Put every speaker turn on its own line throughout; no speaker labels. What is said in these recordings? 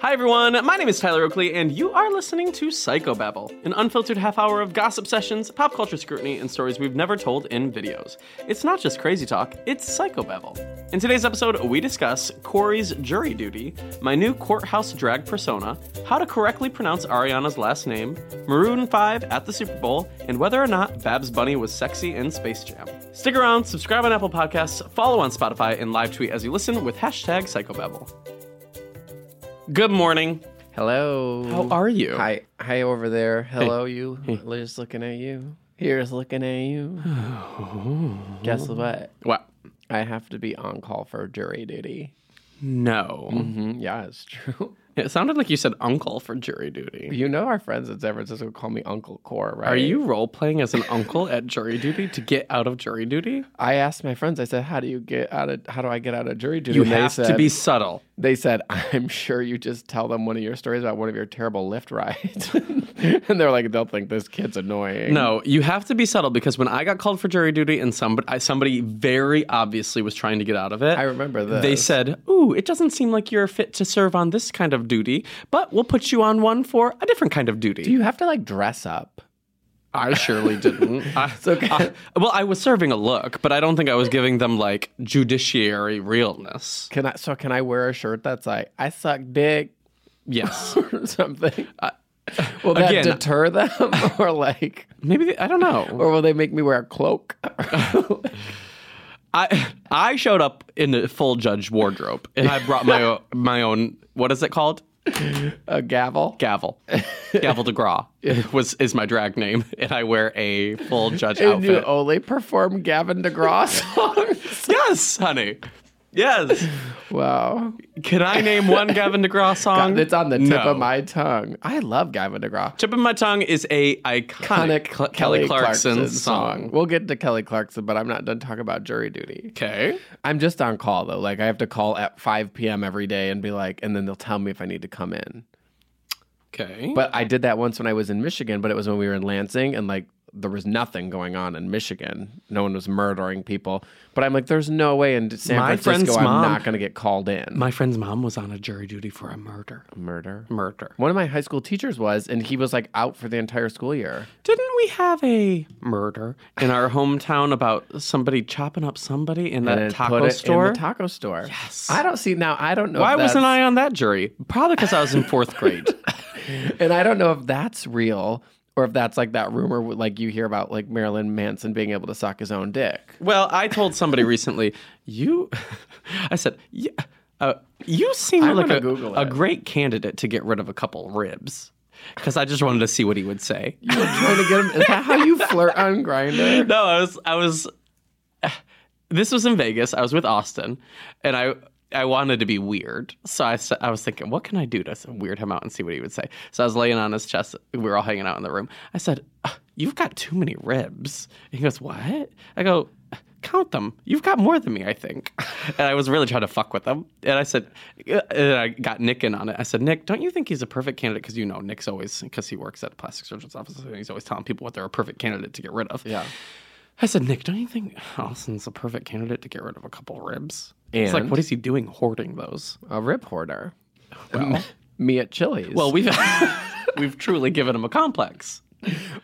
Hi, everyone. My name is Tyler Oakley, and you are listening to Psychobabble, an unfiltered half hour of gossip sessions, pop culture scrutiny, and stories we've never told in videos. It's not just crazy talk, it's Psychobabble. In today's episode, we discuss Corey's jury duty, my new courthouse drag persona, how to correctly pronounce Ariana's last name, Maroon 5 at the Super Bowl, and whether or not Babs Bunny was sexy in Space Jam. Stick around, subscribe on Apple Podcasts, follow on Spotify, and live tweet as you listen with hashtag Psychobabble. Good morning.
Hello.
How Oh, are you?
Mm. Hi, hi over there. Hello, you. Liz looking at you. Here's looking at you. Guess what?
Well,
I have to be on call for jury duty.
no.
Mm, Yeah, it's true.
It sounded like you said uncle for jury duty.
You know our friends in San Francisco call me Uncle Core, right?
Are you role playing as an uncle at jury duty to get out of jury duty?
I asked my friends. I said, "How do you get out of? How do I get out of jury duty?"
You
And they
have to
said-
be subtle.
They said, "I'm sure you just tell them one of your stories about one of your terrible lift rides," and they're like, "They'll think this kid's annoying."
No, you have to be subtle because when I got called for jury duty and somebody, I, somebody very obviously was trying to get out of it.
I remember this.
They said, "Ooh, it doesn't seem like you're fit to serve on this kind of duty, but we'll put you on one for a different kind of duty."
"Do you have to like dress up?"
I surely didn't. I,
okay.
I- well, I was serving a look, but I don't think I was giving them like judiciary realness.
Can I? So can I wear a shirt that's like I suck dick
Yes.
or something? will
Uh,
that
again-
deter them, or like,
Maybe they, I don't know.
or will they make me wear a cloak?
I I showed up in a full judge wardrobe and I brought my o- my own what is it called?
a gavel?
Gavel. Gavel de Gras was is my drag name and I wear a full judge
And you
outfit.
only perform Gavin DeGraw songs?
Yes, honey. Yes.
wow,
Can I name one Gavin DeGraw song?
it's on the tip
No.
of my tongue. I love Gavin DeGraw.
Tip of my tongue is a iconic Cl- Kelly, Clarkson, song.
We'll get to Kelly Clarkson, but I'm not done talking about jury duty.
Okay.
I'm just on call though. Like I have to call at 5 p.m. every day and be like, and then they'll tell me if I need to come in.
Okay.
But I did that once when I was in Michigan, but it was when we were in Lansing and like there was nothing going on in Michigan. No one was murdering people. But I'm like, there's no way in San
My friend's
Francisco I'm
mom-
not going to get called in.
my friend's mom was on a jury duty for a murder.
Murder.
Murder.
One of my high school teachers was, and he was like out for the entire school year.
Didn't we have a murder in our hometown about somebody chopping up somebody in that
And it
taco
put it
store?
In the taco store.
Yes.
I don't see now. I don't know.
Why
if that's,
wasn't I on that jury? Probably because I was in fourth grade.
And I don't know if that's real or if that's like that rumor, like you hear about like Marilyn Manson being able to suck his own dick.
well, I told somebody recently, you, I said, yeah, uh, you seem
I'm
like
gonna
a,
Google
a
it.
great candidate to get rid of a couple ribs. Because I just wanted to see what he would say.
You were trying to get him. Is that how you flirt on Grinder?
no, I was I was this was in Vegas. I was with Austin and I I wanted to be weird. So I, s- I was thinking, what can I do to s- weird him out and see what he would say? So I was laying on his chest. We were all hanging out in the room. I said, "Uh, You've got too many ribs. And he goes, What? I go, Count them. You've got more than me, I think. And I was really trying to fuck with him. And I said, uh, And I got Nick in on it. I said, Nick, don't you think he's a perfect candidate? Because you know, Nick's always, because he works at the plastic surgeon's office, and he's always telling people what they're a perfect candidate to get rid of.
Yeah.
I said, Nick, don't you think Austin's a perfect candidate to get rid of a couple ribs? It's like,
And?
what is he doing hoarding those?
A rib hoarder. me at Chili's.
Well, we've we've truly given him a complex.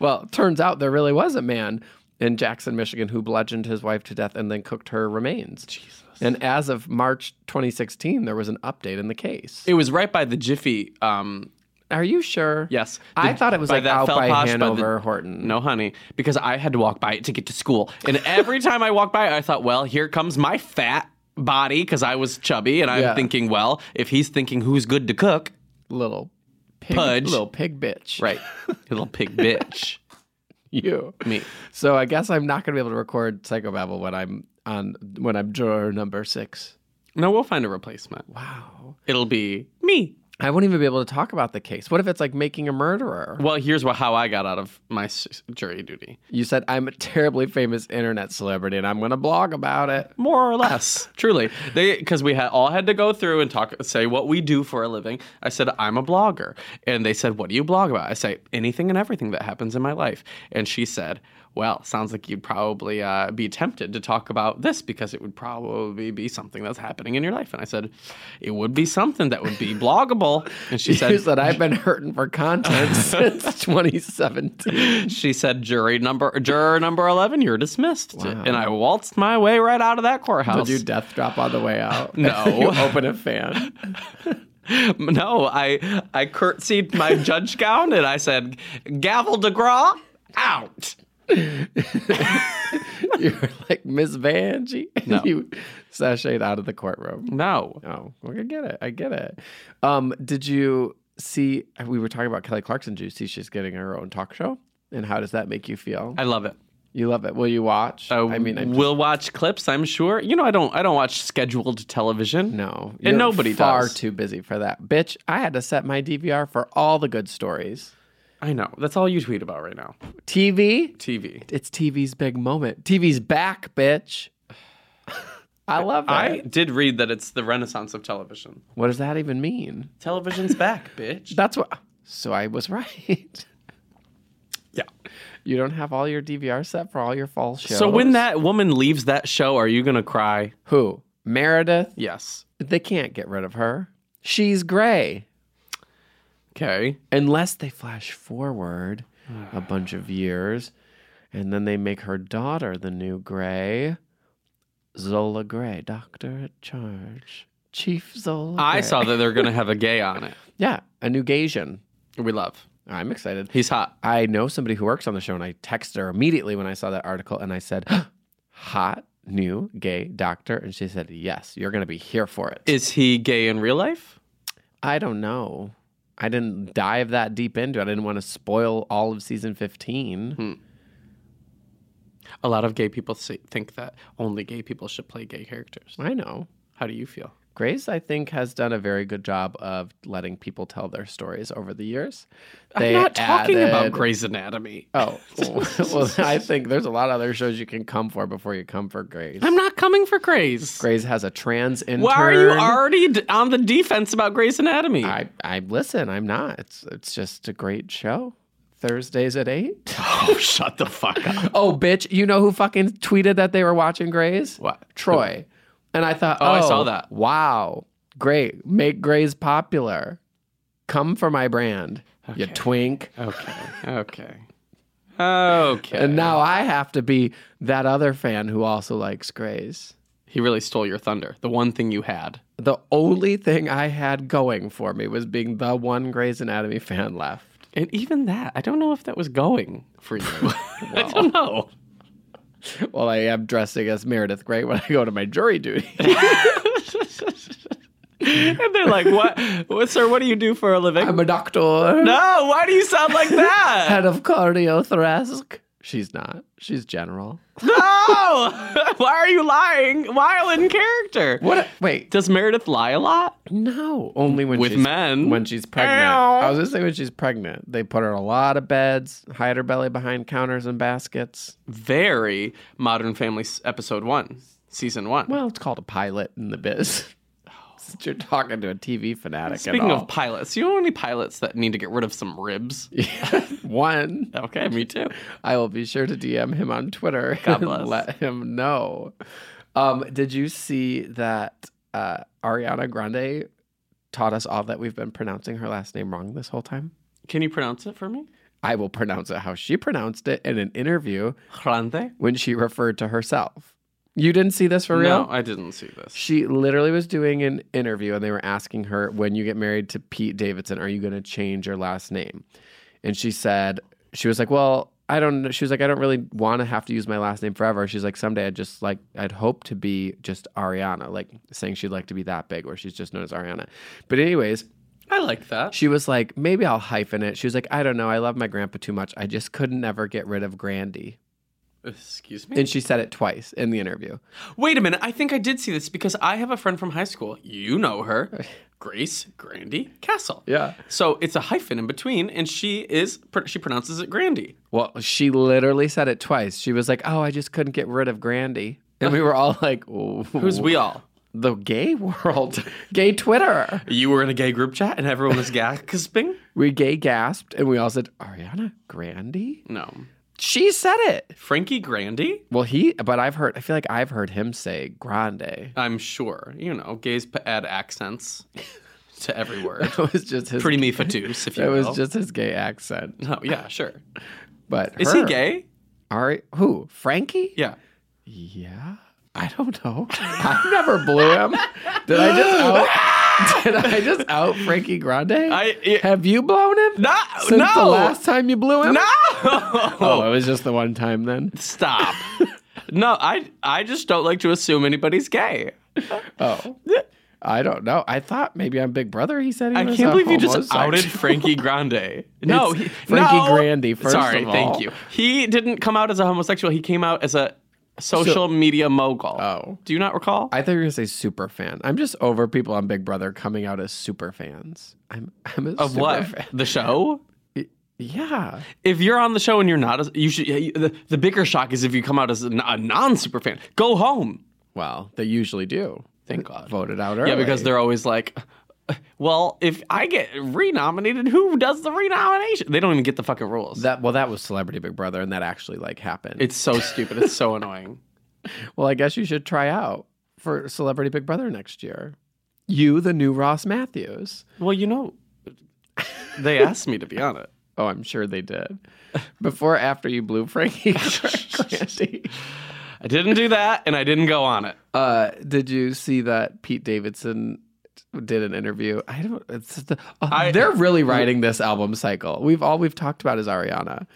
well, turns out there really was a man in Jackson, Michigan, who bludgeoned his wife to death and then cooked her remains. Jesus. And as of March 2016, there was an update in the case.
It was right by the Jiffy. Um,
Are you sure?
yes,
I
The-
thought it was
by
like
that
out
felt
by
posh, the-
Hanover Horton.
no, honey, because I had to walk by it to get to school, and every time I walked by, I thought, well, here comes my fat body because I was chubby, and I'm
Yeah.
thinking, well, if he's thinking who's good to cook,
Little pig,
Pudge.
little pig bitch.
right? Little pig bitch,
You.
me.
So I guess I'm not going to be able to record Psychobabble when I'm on when I'm juror number six.
No, we'll find a replacement.
Wow.
It'll be me.
I won't even be able to talk about the case. What if it's like making a murderer?
Well, here's what, how I got out of my s- jury duty.
You said I'm a terribly famous internet celebrity and I'm going to blog about it.
More or less, truly, they because we had all had to go through and talk, say what we do for a living. I said I'm a blogger, and they said, "What do you blog about?" I say anything and everything that happens in my life, and she said, well, sounds like you'd probably uh, be tempted to talk about this because it would probably be something that's happening in your life. And I said, it would be something that would be bloggable. And she
You
said,
said I've been hurting for content since 2017.
she said, jury number, juror number 11, you're dismissed. And I waltzed my way right out of that courthouse.
Did you death drop on the way out?
No.
You open a fan.
No, I I curtsied my judge gown and I said, Gavel de gras, out.
You're like Miss Vanjie.
No.
you sashayed out of the courtroom.
No.
Oh, well, I get it. I get it. Um, did you see? We were talking about Kelly Clarkson. Did you see she's getting her own talk show? And how does that make you feel?
I Oh, love it.
You love it. Will you watch?
I,
I mean, I'm
we'll watch clips, I'm sure. You know, I don't I don't watch scheduled television.
no.
And nobody
far
does.
too busy for that, bitch. I had to set my DVR for all the good stories.
I know. That's all you tweet about right now.
TV.
TV.
It's TV's big moment. TV's back, bitch. I love it.
I did read that it's the renaissance of television.
what does that even mean?
Television's back, bitch.
That's what. So I was right.
Yeah.
You don't have all your DVR set for all your fall shows.
So when that woman leaves that show, are you gonna cry?
Who? Meredith?
Yes.
They can't get rid of her. She's gray.
Okay.
Unless they flash forward
Ah.
a bunch of years and then they make her daughter the new gray. Zola Gray, doctor at charge. Chief Zola.
I
Gray.
saw that they're gonna have a gay on it.
Yeah, a new Gaysian.
We love.
I'm excited.
He's hot.
I know somebody who works on the show, and I texted her immediately when I saw that article, and I said, "Hot new gay doctor," and she said, "Yes, you're going to be here for it."
Is he gay in real life?
I don't know. I didn't dive that deep into it. I didn't want to spoil all of season 15.
Hmm. A lot of gay people say, think that only gay people should play gay characters.
I know.
How do you feel?
Grace, I think, has done a very good job of letting people tell their stories over the years.
I'm not talking about
added-
Grey's Anatomy.
Oh, well, I think there's a lot of other shows you can come for before you come for Grace.
I'm not coming for Grey's.
Grace has a trans intern.
Why are you already d- on the defense about Grey's Anatomy?
I, I listen. I'm not. It's it's just a great show. Thursdays at eight.
oh, shut the fuck up.
Oh, bitch! You know who fucking tweeted that they were watching Grays?
What?
Troy. And I thought, oh,
I saw that.
Wow, great! Make Grays popular. Come for my brand, you twink.
Okay. Okay. Okay.
And now I have to be that other fan who also likes Grays.
he really stole your thunder. The one thing you had.
The only thing I had going for me was being the one Grey's Anatomy fan left.
And even that, I don't know if that was going for you. I don't know.
Well, I am dressing as Meredith Grey when I go to my jury duty.
And they're like, what? what sir, what do you do for a living?
I'm a doctor.
no, why do you sound like that?
Head of cardiothoracic. She's not. She's general.
No! Why are you lying? While in character.
What? a- wait.
Does Meredith lie a lot?
No. Only when
With
she's,
men?
When she's pregnant.
Ow.
I was gonna say when she's pregnant. They put her in a lot of beds, hide her belly behind counters and baskets.
Very Modern Family s- episode one, season one.
Well, it's called a pilot in the biz. Since you're talking to a TV fanatic.
Speaking
at
of pilots, you know any pilots that need to get rid of some ribs?
of one,
Okay, me too.
I will be sure to DM him on Twitter
God
and
bless.
let him know. Um, did you see that uh, Ariana Grande taught us all that we've been pronouncing her last name wrong this whole time?
Can you pronounce it for me?
I will pronounce it how she pronounced it in an interview
Grande?
when she referred to herself. You didn't see this for
No,
real?
I didn't see this.
She literally was doing an interview and they were asking her, when you get married to Pete Davidson, are you going to change your last name? And she said, she was like, well, I don't know. She was like, I don't really want to have to use my last name forever. She's like, someday I'd just like, I'd hope to be just Ariana, like saying she'd like to be that big where she's just known as Ariana. But, anyways,
I like that.
she was like, maybe I'll hyphen it. She was like, I don't know. I love my grandpa too much. I just couldn't ever get rid of Grandy.
Excuse me.
And she said it twice in the interview.
Wait a minute. I think I did see this because I have a friend from high school. You know her, Grace Grandy Castle.
Yeah.
So it's a hyphen in between, and she is pr- she pronounces it Grandy.
Well, she literally said it twice. She was like, "Oh, I just couldn't get rid of Grandy," and we were all like,
Who's we all?
The gay world, gay Twitter.
You were in a gay group chat and everyone was gasping?
We gay gasped, and we all said, "Ariana Grandy."
No.
She said it.
Frankie Grandy?
Well, he, but I've heard, I feel like I've heard him say grande.
I'm sure. You know, gays p- add accents to every word.
That was just his,
Pretty me fatus, if you
that
will.
was just his gay accent.
No, yeah, sure.
But
Is he
her-
gay?
Ari, who? Frankie?
Yeah.
Yeah. I don't know. I never blew him. Did I just out? Did I just out Frankie Grande?
I it,
Have you blown him?
no
Since
no
the last time you blew him?
no.
Oh, it was just the one time then.
Stop. no, I I just don't like to assume anybody's gay.
Oh. I don't know. I thought maybe on Big Brother he said he
I
was
can't
a
believe you just
homosexual.
outed Frankie Grande. No,
It's
he,
Frankie
no.
Grande, first
Sorry,
of
thank
all.
you. He didn't come out as a homosexual. He came out as a social media mogul.
Oh.
Do you not recall?
I thought you were gonna say super fan. I'm just over people on Big Brother coming out as super fans. I'm I'm a
of
super
what?
fan.
The show?
Yeah.
If you're on the show and you're not, as, you should. you- The, the bigger shock is if you come out as a, non super fan. Go home.
Well, they usually do.
Thank God.
Voted out early.
Yeah, because they're always like, well, if I get renominated, who does the renomination? They don't even get the fucking rules.
That well, that was Celebrity Big Brother, and that actually like happened.
it's so stupid. It's so annoying.
well, I guess you should try out for Celebrity Big Brother next year. You, the new Ross Matthews.
Well, you know, they asked me to be on it.
Oh, I'm sure they did. Before, or after you blew Frankie Grandy.
I didn't do that, and I didn't go on it.
Uh, did you see that Pete Davidson did an interview? I don't. It's just the, oh,
I-
they're really riding this album cycle. We've all we've talked about is Ariana.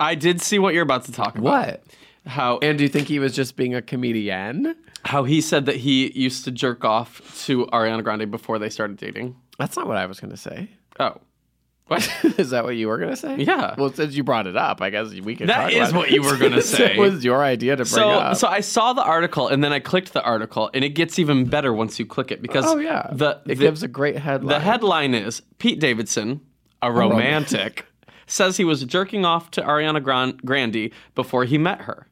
I did see what you're about to talk about.
What?
How
And do you think he was just being a comedian?
how he said that he used to jerk off to Ariana Grande before they started dating.
That's not what I was going to say.
Oh, what?
is that what you were gonna say?
Yeah.
Well, since you brought it up, I guess we can.
That
talk
is
about it.
what you were gonna
Since
say.
It was your idea to bring
So,
up.
so I saw the article and then I clicked the article, and it gets even better once you click it because
oh yeah.
the the,
it gives a great headline.
the headline is Pete Davidson, a romantic, says he was jerking off to Ariana Gran- Grande before he met her.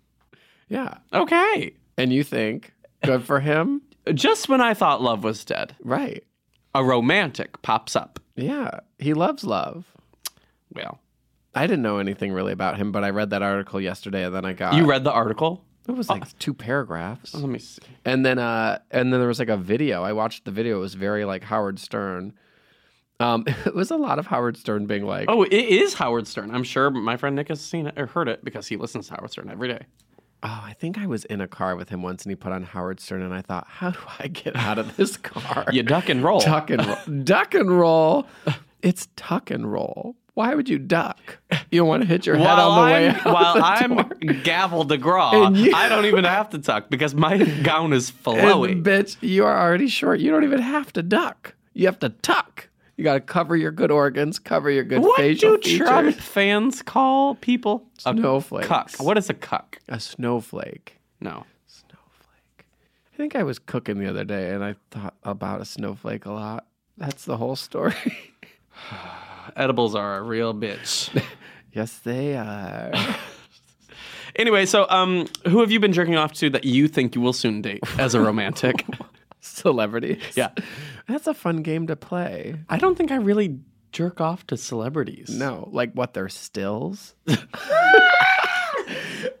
yeah.
Okay,
And you think good for him?
just when I thought love was dead,
Right.
a romantic pops up.
Yeah. He loves love.
Well,
I didn't know anything really about him, but I read that article yesterday, and then I got
you Oh. read the article.
it was like two paragraphs,
Let me see.
and then uh, and then there was like a video. I watched the video. It was very like Howard Stern. Um, it was a lot of Howard Stern being like,
Oh, it is Howard Stern. I'm sure my friend Nick has seen it or heard it because he listens to Howard Stern every day.
Oh, I think I was in a car with him once and he put on Howard Stern and I thought, how do I get out of this car?
You duck and roll.
duck and roll. duck and roll. It's tuck and roll. Why would you duck? You don't want to hit your head
While
on the way
I'm,
out.
while
the
I'm
door.
gavel de gras,
And you-
I don't even have to tuck because my gown is
And
flowy.
bitch, you are already short. You don't even have to duck. You have to tuck. You got to cover your good organs, cover your good
What
facial
do Trump
features.
fans call people? A
Snowflakes.
cuck. What is a cuck?
A snowflake.
No.
Snowflake. I think I was cooking the other day and I thought about a snowflake a lot. That's the whole story.
Edibles are a real bitch.
yes, they are.
anyway, so um, who have you been jerking off to that you think you will soon date as a romantic?
Celebrities.
Yeah.
That's a fun game to play.
I don't think I really jerk off to celebrities.
No, like what they're stills.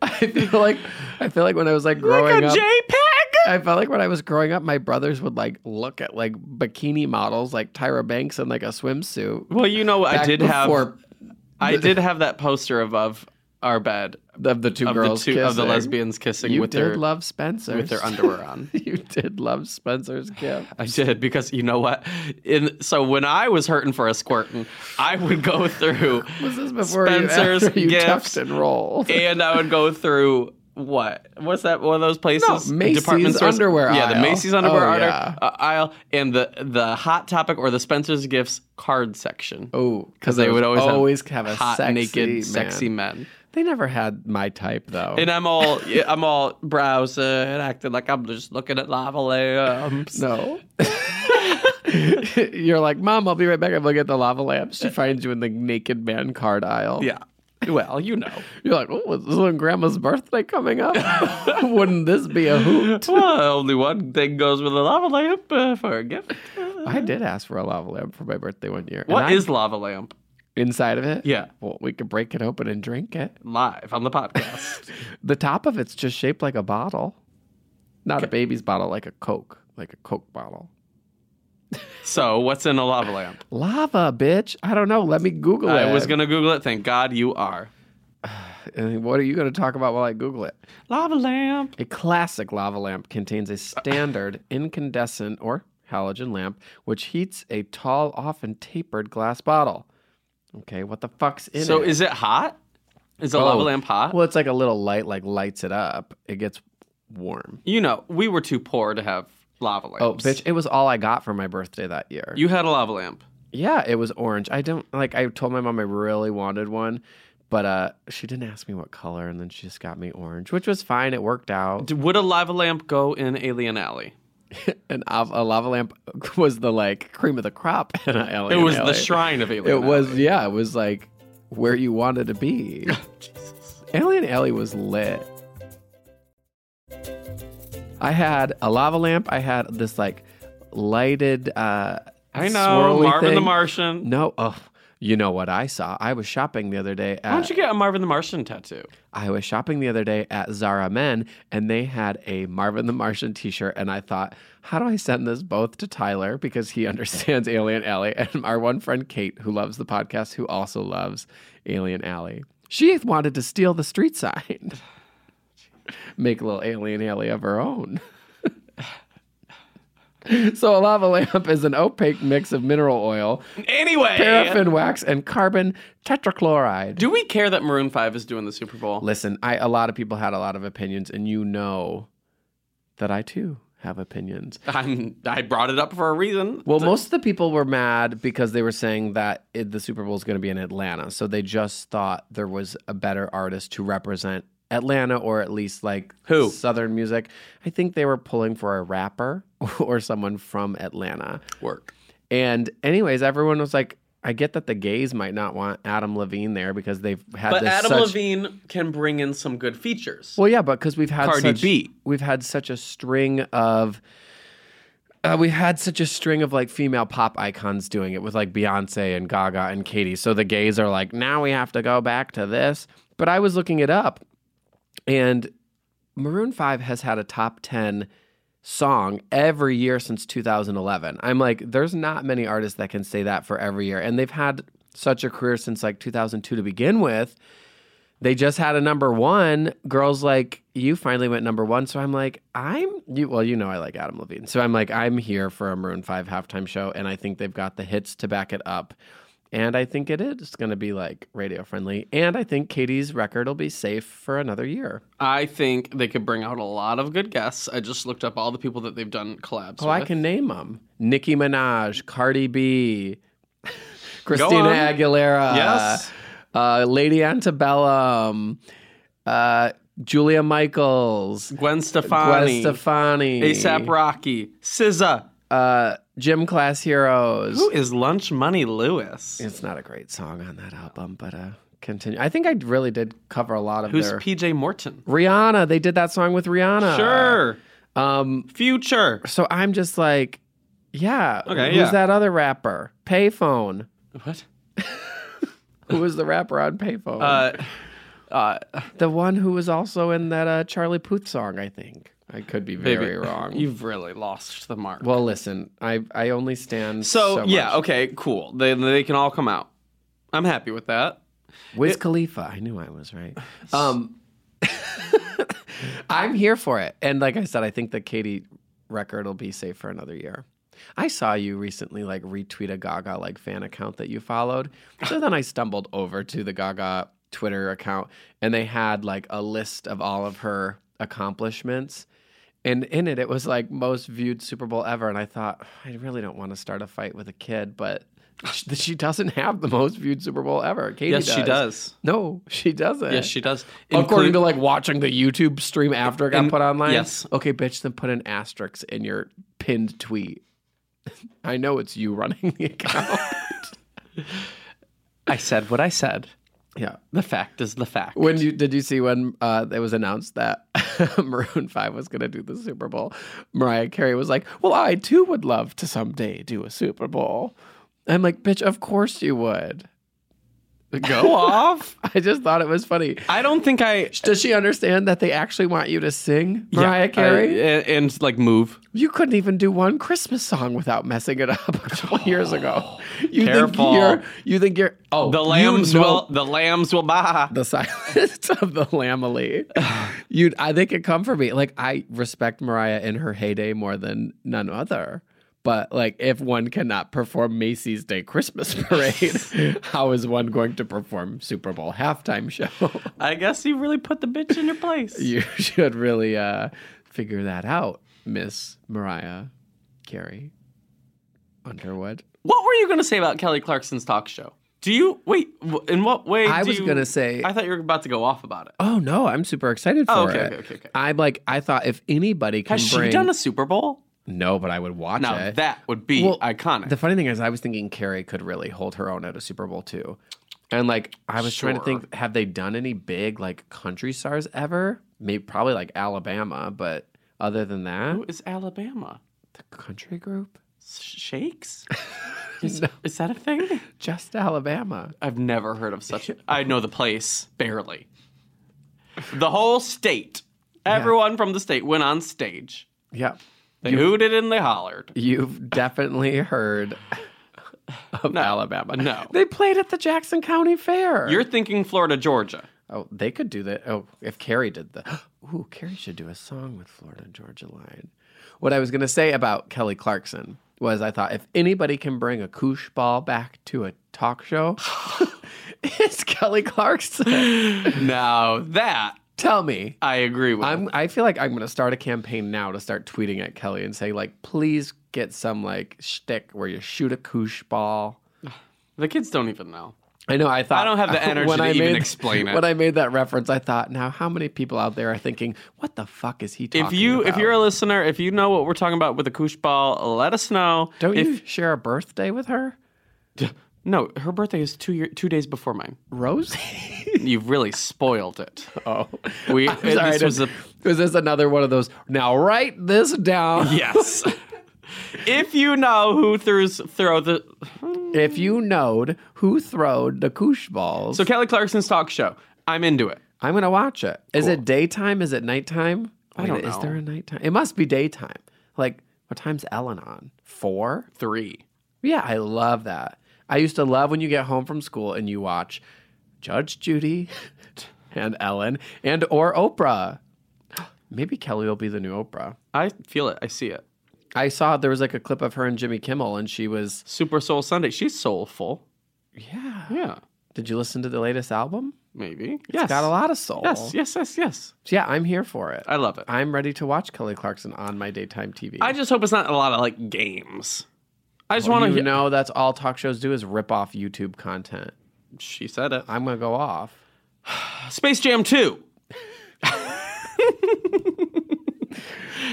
I feel like I feel like when I was like growing
Like a
up,
JPEG?
I felt like when I was growing up, my brothers would like look at like bikini models like Tyra Banks in like a swimsuit.
Well, you know, I
Back
did have
before
I did have that poster of, of our bed
the, the two
of
girls
the two of the
kissing.
lesbians kissing
You
with
did
their
love Spencer
with their underwear on.
you did love Spencer's gift.
I did because you know what? In so when I was hurting for a squirtin', I would go through
Was this before
Spencer's
you, after you
gifts.
tucked and rolled?
and I would go through what? What's that? One of those places?
Macy's underwear
Yeah, the
aisle.
Macy's underwear
Oh,
aisle,
yeah.
uh, aisle, and the the Hot Topic or the Spencer's Gifts card section.
oh, because
they would always have
always have, a
Hot,
sexy
naked,
man.
sexy men.
They never had my type though.
And I'm all yeah, I'm all browsing, acting like I'm just looking at lava lamps.
no. You're like, Mom, I'll be right back. I'm looking at the lava lamps. She finds you in the naked man card aisle.
Yeah. Well, you know.
You're like, oh, is this on grandma's birthday coming up? Wouldn't this be a hoot?
well, only one thing goes with a lava lamp uh, for a gift.
I did ask for a lava lamp for my birthday one year.
What
and I-
is lava lamp?
inside of it.
Yeah.
Well, we could break it open and drink it.
Live on the podcast.
The top of it's just shaped like a bottle, not a baby's bottle, like a Coke, like a Coke bottle.
so, what's in a lava lamp?
Lava, bitch. I don't know. Let me Google it.
I was going to Google it. Thank God you are.
And what are you going to talk about while I Google it?
Lava lamp.
A classic lava lamp contains a standard incandescent or halogen lamp, which heats a tall, often tapered glass bottle. Okay, what the fuck's in
So,
it?
is it hot? Is a
Oh.
lava lamp hot?
well, it's like a little light, like lights it up. It gets warm.
you know, we were too poor to have lava lamps.
Oh, bitch! It was all I got for my birthday that year.
You had a lava lamp.
Yeah, it was orange. I don't like I told my mom I really wanted one, but uh she didn't ask me what color and then she just got me orange, which was fine. It worked out.
D- Would a lava lamp go in Alien Alley?
And a a lava lamp was the like cream of the crop in LA.
It was the shrine of Alien
It
Alley.
was yeah, it was like where you wanted to be. Alien Alley was lit. I had a lava lamp. I had this like lighted uh
I know.
swirly
Marvin the
thing.
Martian.
No, oh, you know what I saw? I was shopping the other day
Why don't
at
you get a Marvin the Martian tattoo?
I was shopping the other day at Zara Men and they had a Marvin the Martian t-shirt and I thought, how do I send this both to Tyler because he understands Alien Alley and our one friend Kate who loves the podcast who also loves Alien Alley. She wanted to steal the street sign. Make a little Alien Alley of her own. so a lava lamp is an opaque mix of mineral oil,
Anyway,
paraffin wax and carbon tetrachloride.
do we care that Maroon Five is doing the Super Bowl?
Listen, I a lot of people had a lot of opinions, and you know that I too have opinions.
I'm, I brought it up for a reason.
Well, most of the people were mad because they were saying that it, the Super Bowl is going to be in Atlanta, so they just thought there was a better artist to represent Atlanta, or at least like
Who?
Southern music. I think they were pulling for a rapper or someone from Atlanta.
work.
And anyways, everyone was like. I get that the gays might not want Adam Levine there because they've had
But
this
Adam
such
Levine can bring in some good features.
Well, yeah, but because we've had
Cardi
such,
B.
we've had such a string of, uh, we had such a string of like female pop icons doing it with like Beyonce and Gaga and Katie. So the gays are like, now we have to go back to this. But I was looking it up, and Maroon Five has had a top ten song every year since 2011. I'm like, there's not many artists that can say that for every year, and they've had such a career since like 2002 to begin with they just had a number one. Girls like you finally went number one. So I'm like, I'm you. Well, you know, I like Adam Levine. So I'm like, I'm here for a Maroon Five halftime show, and I think they've got the hits to back it up. And I think it is going to be like radio friendly. And I think Katie's record will be safe for another year.
I think they could bring out a lot of good guests. I just looked up all the people that they've done collabs
Oh,
with.
I can name them: Nicki Minaj, Cardi B, Christina
on.
Aguilera,
Yes.
uh, Lady Antebellum, uh, Julia Michaels.
Gwen
Gwen
Stefani,
Stefani,
ASAP Rocky, SZA.
uh, Gym Class Heroes.
Who is Lunch Money Lewis?
It's not a great song on that album, but uh, continue. I think I really did cover a lot of
Who's
their
PJ Morton?
Rihanna. They did that song with Rihanna.
Sure.
Um.
Future.
So I'm just like, yeah.
Okay,
Who's
yeah.
that other rapper? Payphone.
What?
Who was the rapper on Payphone?
Uh, uh,
the one who was also in that uh, Charlie Puth song. I think. I could be very
baby,
wrong.
You've really lost the mark.
well, listen. I I only stand
so,
so
yeah,
much.
okay, cool. They, they can all come out. I'm happy with that.
Wiz Khalifa. I knew I was right. Um, I'm here for it. And like I said, I think the Katie record will be safe for another year. I saw you recently like retweet a Gaga like fan account that you followed. So then I stumbled over to the Gaga Twitter account and they had like a list of all of her accomplishments. And in it, it was like most viewed Super Bowl ever. And I thought, I really don't want to start a fight with a kid, but she, she doesn't have the most viewed Super Bowl ever. Katie
Yes, she does.
No, she doesn't.
Yes, she does.
According
Include-
to like watching the YouTube stream after it got
In-
put online.
yes.
Okay, bitch, then put an asterisk in your pinned tweet. I know it's you running the account.
I said what I said.
yeah.
The fact is the fact.
When you did you see when uh, it was announced that Maroon Five was going to do the Super Bowl? Mariah Carey was like, "Well, I too would love to someday do a Super Bowl." I'm like, "Bitch, of course you would."
Go off.
I just thought it was funny.
I don't think I.
Does she understand that they actually want you to sing
Yeah,
Mariah Carey?
I- and, and, like move.
you couldn't even do one Christmas song without messing it up a couple years ago. You
Careful.
think you're you think you're oh
The
you
lambs
know-
will. The lambs will buy.
the silence of the lamely. you I think it come for me. Like I respect Mariah in her heyday more than none other. But like if one cannot perform Macy's Day Christmas Parade, how is one going to perform Super Bowl halftime show?
I guess you really put the bitch in your place.
you should really uh, figure that out, Miss Mariah Carey Underwood.
What were you going to say about Kelly Clarkson's talk show? Do you wait? w- In what way?
I
do
was
you-
gonna say-
I thought you were about to go off about it.
Oh no, I'm super excited for
Oh, okay,
it.
okay, okay, okay.
I'm like, I thought if anybody can
Has she
bring
done a Super Bowl?
no, but I would watch
Now
it.
that would be
Well,
iconic.
the funny thing is, I was thinking Carrie could really hold her own at a Super Bowl too, and like I was trying to
Sure.
think, have they done any big like country stars ever? Maybe probably like Alabama, but other than that,
Who is Alabama?
the country group,
Shakes? Is, is that a thing?
just Alabama.
I've never heard of such. I know the place barely. The whole state, everyone from the state went on stage.
Yeah.
They hooted and they hollered.
You've definitely heard of Alabama.
no.
They played at the Jackson County Fair.
You're thinking Florida, Georgia.
oh, they could do that. Oh, if Carrie did that. Ooh, Carrie should do a song with Florida Georgia Line. What I was going to say about Kelly Clarkson was I thought if anybody can bring a koosh ball back to a talk show, it's Kelly Clarkson.
Now that
Tell me.
I agree with.
I'm, I feel like I'm going to start a campaign now to start tweeting at Kelly and say, like, please get some, like, shtick where you shoot a koosh ball.
the kids don't even know.
I know. I thought
I don't have the energy to even explain it.
When I made that reference, I thought, now how many people out there are thinking, "What the fuck is he talking
If you if
about?"
you're a listener, if you know what we're talking about with a koosh ball, let us know.
don't
if,
you share a birthday with her,
No, her birthday is two year, two days before mine.
Rosie?
You've really spoiled it.
oh,
We
I'm sorry, I
this was a
didn't- was this another one of those? Now write this down.
yes. if you know who throws throw the
if you knowed who throwed the koosh balls,
so Kelly Clarkson's talk show, I'm into it.
I'm gonna watch it. Is it daytime? Is it nighttime? I
don't
Is
know.
there a nighttime? It must be daytime. Like what time's Ellen on? Four.
Three.
Yeah, I love that. I used to love when you get home from school and you watch Judge Judy and Ellen and or Oprah. Maybe Kelly will be the new Oprah.
I feel it. I see it.
I saw there was like a clip of her and Jimmy Kimmel and she was
Super Soul Sunday. She's soulful.
yeah.
Yeah.
Did you listen to the latest album?
Maybe. yes.
It's got a lot of soul.
Yes. Yes. Yes. Yes.
Yeah, I'm here for it.
I love it.
I'm ready to watch Kelly Clarkson on my daytime TV.
I just hope it's not a lot of like games. I just
want
want
you
to.
know that's all talk shows do is rip off YouTube content.
She said it.
I'm gonna go off.
Space Jam 2.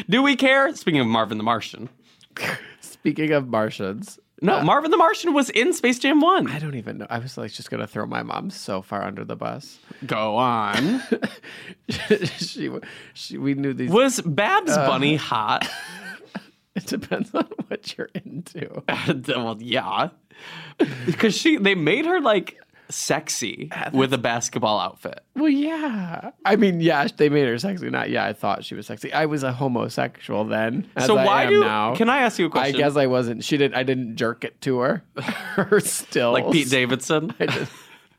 Do we care? Speaking of Marvin the Martian.
Speaking of Martians,
No, Marvin the Martian was in Space Jam 1.
Uh. I don't even know. I was like just gonna throw my mom so far under the bus.
Go on.
she, she, we knew these.
Was Babs
Uh.
Bunny hot?
It depends on what you're into.
well, yeah. Because she they made her like sexy
Uh,
with a basketball outfit.
Well, yeah. I mean, yeah, they made her sexy. Not yeah. I thought she was sexy. I was a homosexual then. as
So
I
why
am
do
now.
Can I ask you a
I
question?
guess I wasn't. She did. I didn't jerk it to her. her still
like Pete Davidson,
I, just,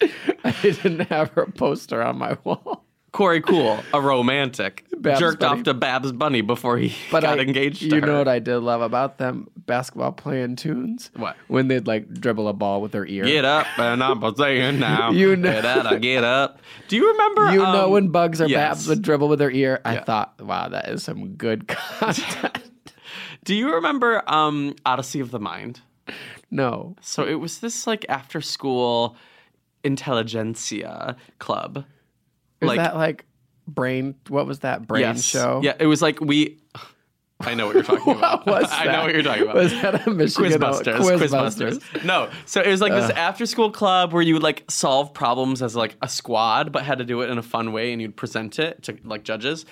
I didn't have her poster on my wall.
Corey Cool, a romantic,
Babs
jerked
Bunny.
off to Babs Bunny before he
But
got
I-
engaged. To
you
her.
know what I did love about them basketball playing tunes?
What?
When they'd like dribble a ball with their ear.
Get up, and I'm a saying now.
You know-
Get out, I get up. Do you remember?
You know
um,
when bugs or
yes.
babs would dribble with their ear. I thought, wow, that is some good content.
Do you remember um, Odyssey of the Mind?
no.
So it was this like after school intelligentsia club.
Is
Like-
that like brain what was that brain show?
Yeah, it was like we. I know what you're talking about.
What was
I know
that?
what you're talking about.
Was that a Michigan
Quizbusters, Quizbusters. No, so it was like this after-school club where you like solve problems as like a squad, but had to do it in a fun way, and you'd present it to like judges.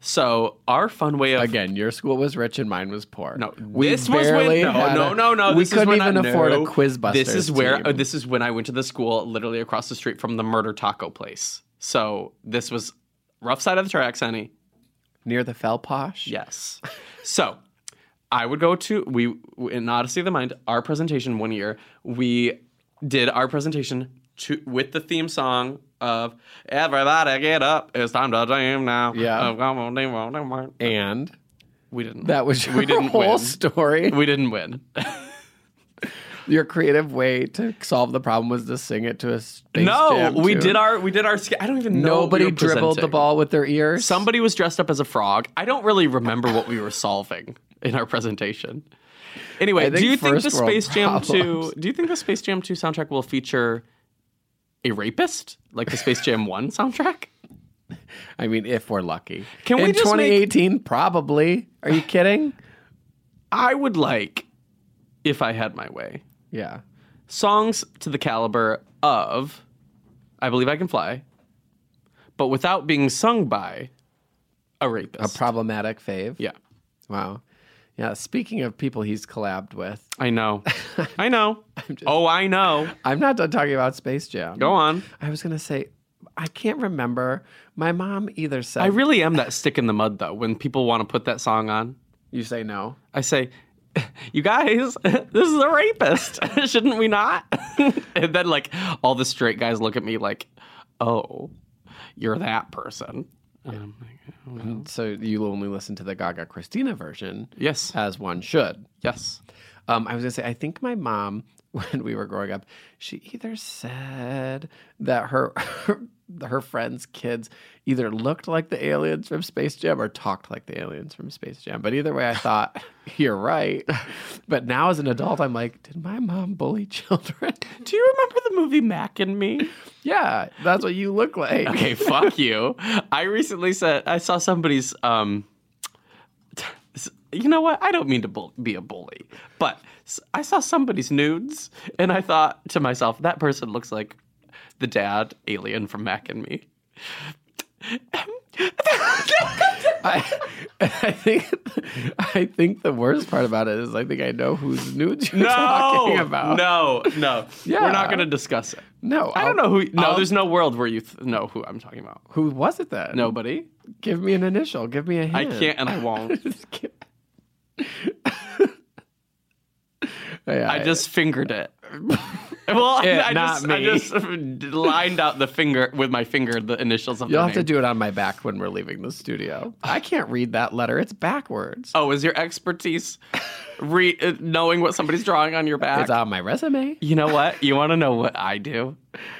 So our fun way of
Again, your school was rich and mine was poor.
No,
we
this was when
barely
no,
had
no,
a-
no, no.
We
this
couldn't
is when
even
I,
afford
no,
a Quizbusters.
This is where
team.
uh, this is when I went to the school literally across the street from the murder taco place. So this was rough side of the tracks, honey.
near the Fellposh.
Yes. So I would go to we in Odyssey of the Mind. Our presentation one year we did our presentation to with the theme song of "Everybody Get Up, It's Time to Dream Now."
Yeah.
Uh, come on, come on, come on.
and
We didn't.
that was your
we didn't
whole
win.
story.
we didn't win.
Your creative way to solve the problem was to sing it to a Space
No,
Jam
we
tune.
did our we did our. sk- I don't even know. what we
Nobody
were
dribbled the
presenting.
ball with their ears.
Somebody was dressed up as a frog. I don't really remember what we were solving in our presentation. Anyway,
I think
do you think
first
the
world
Space Jam Two?
problems.
Do you think the Space Jam Two soundtrack will feature a rapist like the Space Jam One soundtrack?
I mean, if we're lucky.
Can we
in
just make-
2018? Probably. Are you kidding?
I would like, if I had my way,
Yeah.
songs to the caliber of "I Believe I Can Fly," but without being sung by a rapist.
Problematic fave.
yeah.
Wow. Yeah. Speaking of people he's collabed with,
I know. I know. oh, I know.
I'm not done talking about Space Jam.
Go on.
I was gonna say, I can't remember. My mom either said
I really am that stick in the mud, though, when people want to put that song on.
you say no.
I say, you guys, this is a rapist. Shouldn't we not? and then, like, all the straight guys look at me like, oh, you're that person. Um,
So you only listen to the Gaga Christina version,
yes.
as one should.
Yes.
Um, I was gonna say, I think my mom, when we were growing up, she either said that her her friends' kids either looked like the aliens from Space Jam or talked like the aliens from Space Jam. But either way, I thought you're right. But now as an adult, I'm like, did my mom bully children?
Do you remember the movie Mac and Me?
yeah, that's what you look like.
Okay, fuck you. I recently said I saw somebody's. Um, you know what? I don't mean to bull- be a bully, but s- I saw somebody's nudes, and I thought to myself, that person looks like the dad alien from Mac and Me.
I, I think I think the worst part about it is I think I know whose nudes you're talking about.
no, no.
Yeah.
We're not going to discuss it.
no
I don't know who. No,
I'll-
there's no world where you th- know who I'm talking about.
who was it then.
Nobody.
give me an initial. Give me a hint.
I can't, and I won't.
Yeah,
I just fingered it. well,
It,
I,
not
just,
me.
I just lined out the finger with my finger the initials of
You'll
the
have to
name.
do it on my back when we're leaving the studio. I can't read that letter. It's backwards.
oh, is your expertise re- uh, knowing what somebody's drawing on your back?
It's on my resume.
you know what? You want to know what I do?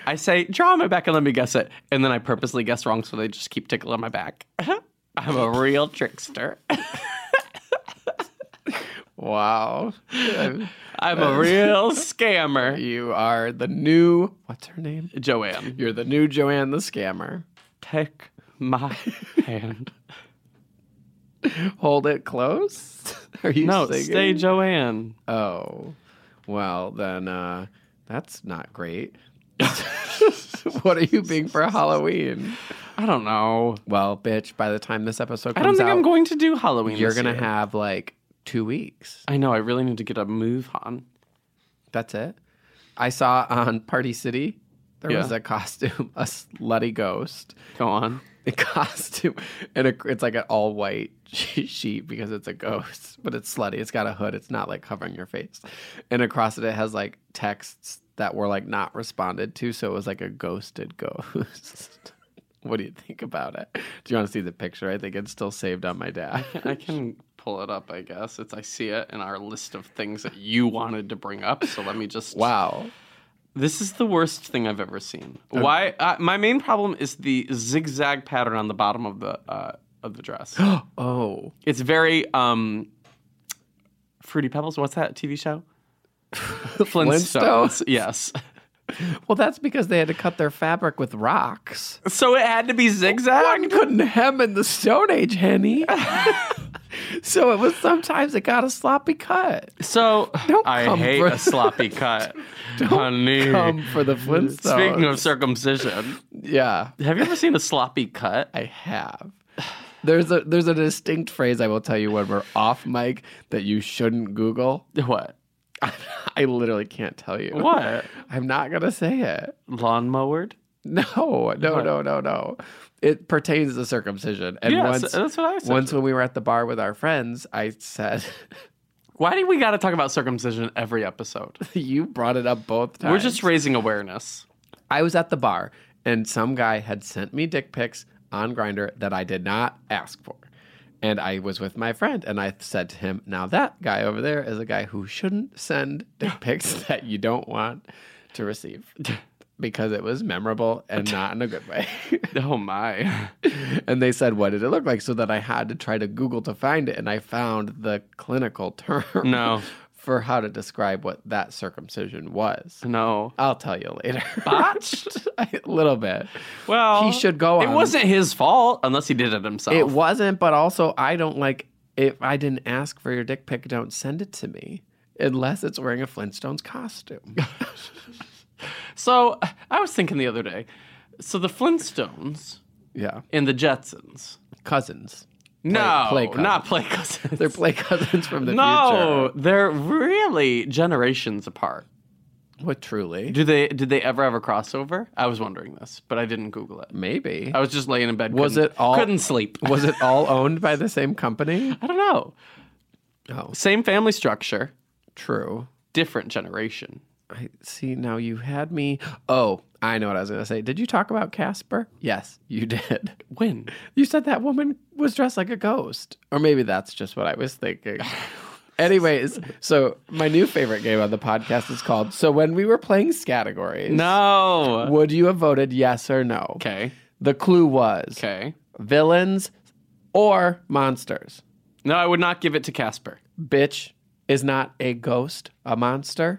I say, draw on my back and let me guess it. And then I purposely guess wrong so they just keep tickling my back. I'm a real trickster.
Wow.
I'm a real scammer.
you are the new what's her name?
Joanne,
You're the new Joanne the scammer.
take my hand.
Hold it close. Are you
No,
singing?
stay Joanne.
Oh, well then, uh, that's not great. what are you being for Halloween?
I don't know.
Well, bitch, by the time this episode
I
comes
don't think
out,
I'm going to do Halloween.
you're
this
gonna
year.
have like two weeks.
I know. I really need to get a move on.
That's it. I saw on Party City there
Yeah.
was a costume, a slutty ghost
Go on.
a costume, and a, it's like an all white sheet because it's a ghost, but it's slutty. It's got a hood. It's not like covering your face, and across it it has like texts that were like not responded to, so it was like a ghosted ghost. what do you think about it? Do you want to see the picture? I think it's still saved on my dad.
I can pull it up. I guess it's. I see it in our list of things that you wanted to bring up. So let me just.
Wow.
This is the worst thing I've ever seen. Why? Uh, my main problem is the zigzag pattern on the bottom of the uh, of the dress.
Oh.
it's very um, fruity pebbles. What's that TV show? Flintstones. Yes.
Well, that's because they had to cut their fabric with rocks.
So it had to be zigzag.
One couldn't hem in the Stone Age, Henny. so it was sometimes it got a sloppy cut.
So I
come
hate
for-
a sloppy cut, honey.
Come Um, for the Flintstones.
Speaking of circumcision,
yeah,
have you ever seen a sloppy cut?
I have. There's a there's a distinct phrase I will tell you when we're off mic that you shouldn't Google.
What?
I literally can't tell you.
What?
I'm not gonna say it.
Lawnmowered?
No, no, no, no, no. It pertains to circumcision. And
Yeah,
once,
that's what I said.
once when we were at the bar with our friends, I said,
Why do we got to talk about circumcision every episode?
"You brought it up both times."
We're just raising awareness.
I was at the bar and some guy had sent me dick pics on Grinder that I did not ask for. And I was with my friend and I said to him, Now that guy over there is a guy who shouldn't send dick pics that you don't want to receive because it was memorable and not in a good way.
Oh my.
and they said, What did it look like? So that I had to try to Google to find it. And I found the clinical term
No.
for how to describe what that circumcision was.
No.
I'll tell you later.
Botched?
a little bit.
Well,
He should go
It
on-
wasn't his fault unless he did it himself.
It wasn't, but also I don't like if I didn't ask for your dick pic, don't send it to me unless it's wearing a Flintstones costume.
so I was thinking the other day. So the Flintstones
yeah,
and the Jetsons.
cousins.
no,
play cousins.
not play cousins.
They're play cousins from the
no, they're really generations apart.
future. What truly?
Do they? Did they ever have a crossover? I was wondering this, but I didn't Google it.
Maybe.
I was just laying in bed.
Was
couldn't-
it all-
Couldn't sleep.
Was it all owned by the same company?
I don't know.
Oh,
Same family structure,
true.
different generation.
I see. Now you had me. Oh, I know what I was gonna say. Did you talk about Casper? Yes, you did.
When?
You said that woman was dressed like a ghost. Or maybe that's just what I was thinking. Anyways, so my new favorite game on the podcast is called So When We Were Playing Categories.
No.
Would you have voted yes or no?
Okay.
The clue was
Okay.
villains or monsters.
No, I would not give it to Casper.
Bitch is not a ghost, a monster.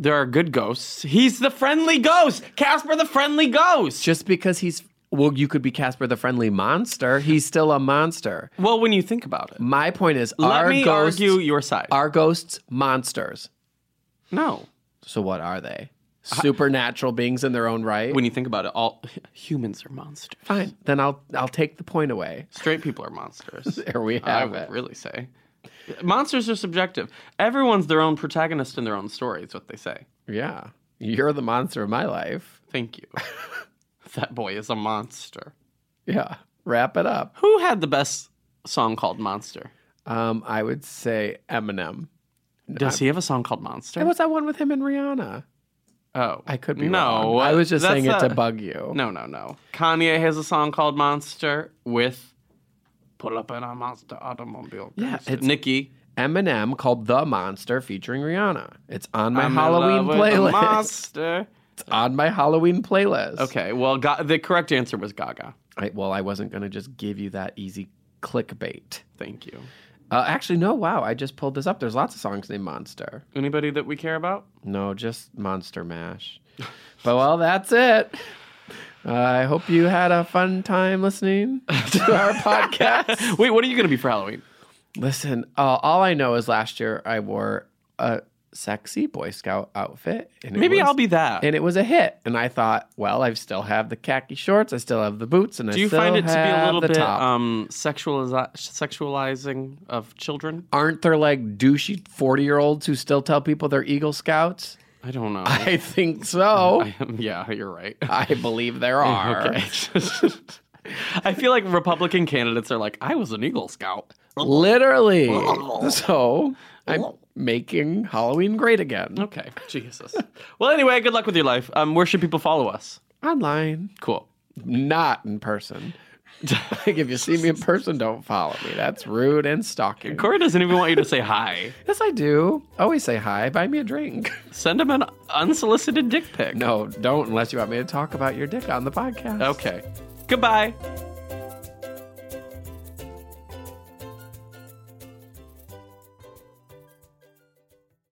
There are good ghosts. He's the friendly ghost. Casper, the friendly ghost.
Just because he's, well, you could be Casper the Friendly Monster, he's still a monster.
Well, when you think about it,
My point is,
let
are
me
ghosts,
argue your side.
are ghosts monsters?
no.
So what are they? Supernatural beings in their own right?
When you think about it, all humans are monsters.
Fine. Then I'll I'll take the point away.
Straight people are monsters.
There we
I
have
would
it.
really say. Monsters are subjective. Everyone's their own protagonist in their own story, is what they say.
Yeah. You're the monster of my life.
Thank you. that boy is a monster.
Yeah. Wrap it up.
Who had the best song called Monster?
Um, I would say Eminem.
Does he have a song called
It
Monster?
was that one with him and Rihanna.
Oh,
I could be
no,
wrong. I was just
that's
saying it
not-
to bug you.
No, no, no. Kanye has a song called Monster with Pull Up in a Monster Automobile.
Yeah,
Monster.
it's-
Nicki.
Eminem called The Monster featuring Rihanna. It's on my
I'm in love
Halloween
with a
playlist.
Monster.
It's on my Halloween playlist.
Okay, well, Ga- the correct answer was Gaga.
I, well, I wasn't going to just give you that easy clickbait.
Thank you.
Uh, actually, no. Wow, I just pulled this up. There's lots of songs named Monster.
Anybody that we care about?
No, just Monster Mash. but well, that's it. Uh, I hope you had a fun time listening to our podcast.
Wait, what are you going to be for Halloween?
Listen, uh, all I know is last year I wore a sexy Boy Scout outfit. And it
Maybe
was-
I'll be that.
And it was a hit. And I thought, well, I still have the khaki shorts. I still have the boots. And I
Do you
still
find it to be a
have
little
the
bit
top.
um, sexualiz- sexualizing of children?
Aren't there like douchey 40 year olds who still tell people they're Eagle Scouts?
I don't know.
I think so.
I am- yeah, you're right.
I believe there are.
I feel like Republican candidates are like, I was an Eagle Scout.
Literally. so I'm making Halloween great again.
Okay, Jesus. Well, anyway, good luck with your life. Um, where should people follow us?
Online,
Cool.
not in person. like if you see me in person, don't follow me. That's rude and stalking.
Corey doesn't even want you to say hi.
Yes, I do. Always say hi. Buy me a drink.
Send him an unsolicited dick pic.
no, don't unless you want me to talk about your dick on the podcast.
Okay. Goodbye.